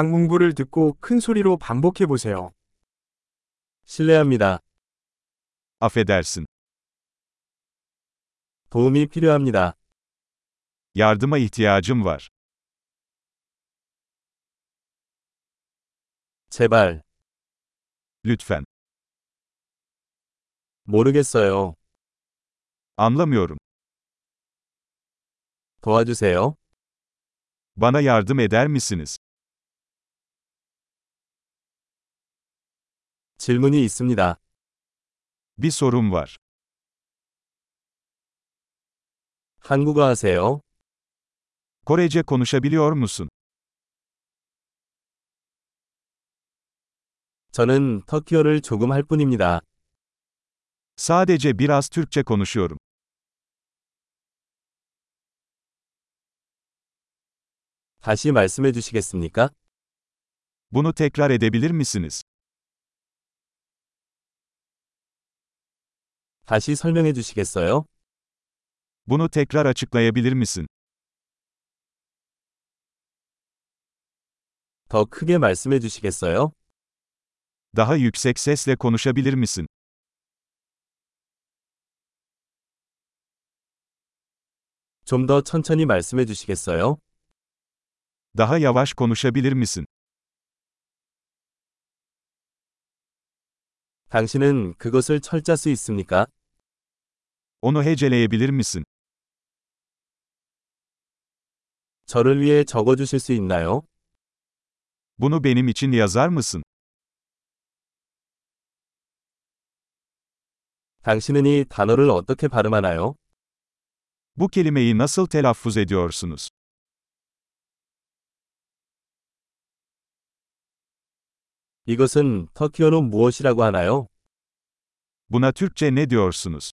강문부를 듣고 큰 소리로 반복해 보세요. 실례합니다. Affedersin. 도움이 필요합니다. Yardıma ihtiyacım var. 제발, Lütfen. 모르겠어요. Anlamıyorum. 도와주세요. Bana yardım eder misiniz? 질문이 있습니다. Bir sorum var. 한국어 하세요? Korece konuşabiliyor musun? 저는 터키어를 조금 할 뿐입니다. Sadece biraz Türkçe konuşuyorum. 다시 말씀해 주시겠습니까? Bunu tekrar edebilir misiniz? 다시 설명해 주시겠어요? Bunu tekrar açıklayabilir misin? 더 크게 말씀해 주시겠어요? Daha yüksek sesle konuşabilir misin? 좀 더 천천히 말씀해 주시겠어요? Daha yavaş konuşabilir misin? 당신은 그것을 철자 수 있습니까? Onu heceleyebilir misin? 저를 위해 적어 주실 수 있나요? Bunu benim için yazar mısın? 당신은 이 단어를 어떻게 발음하나요? Bu kelimeyi nasıl telaffuz ediyorsunuz? 이것은 터키어로 무엇이라고 하나요? Buna Türkçe ne diyorsunuz?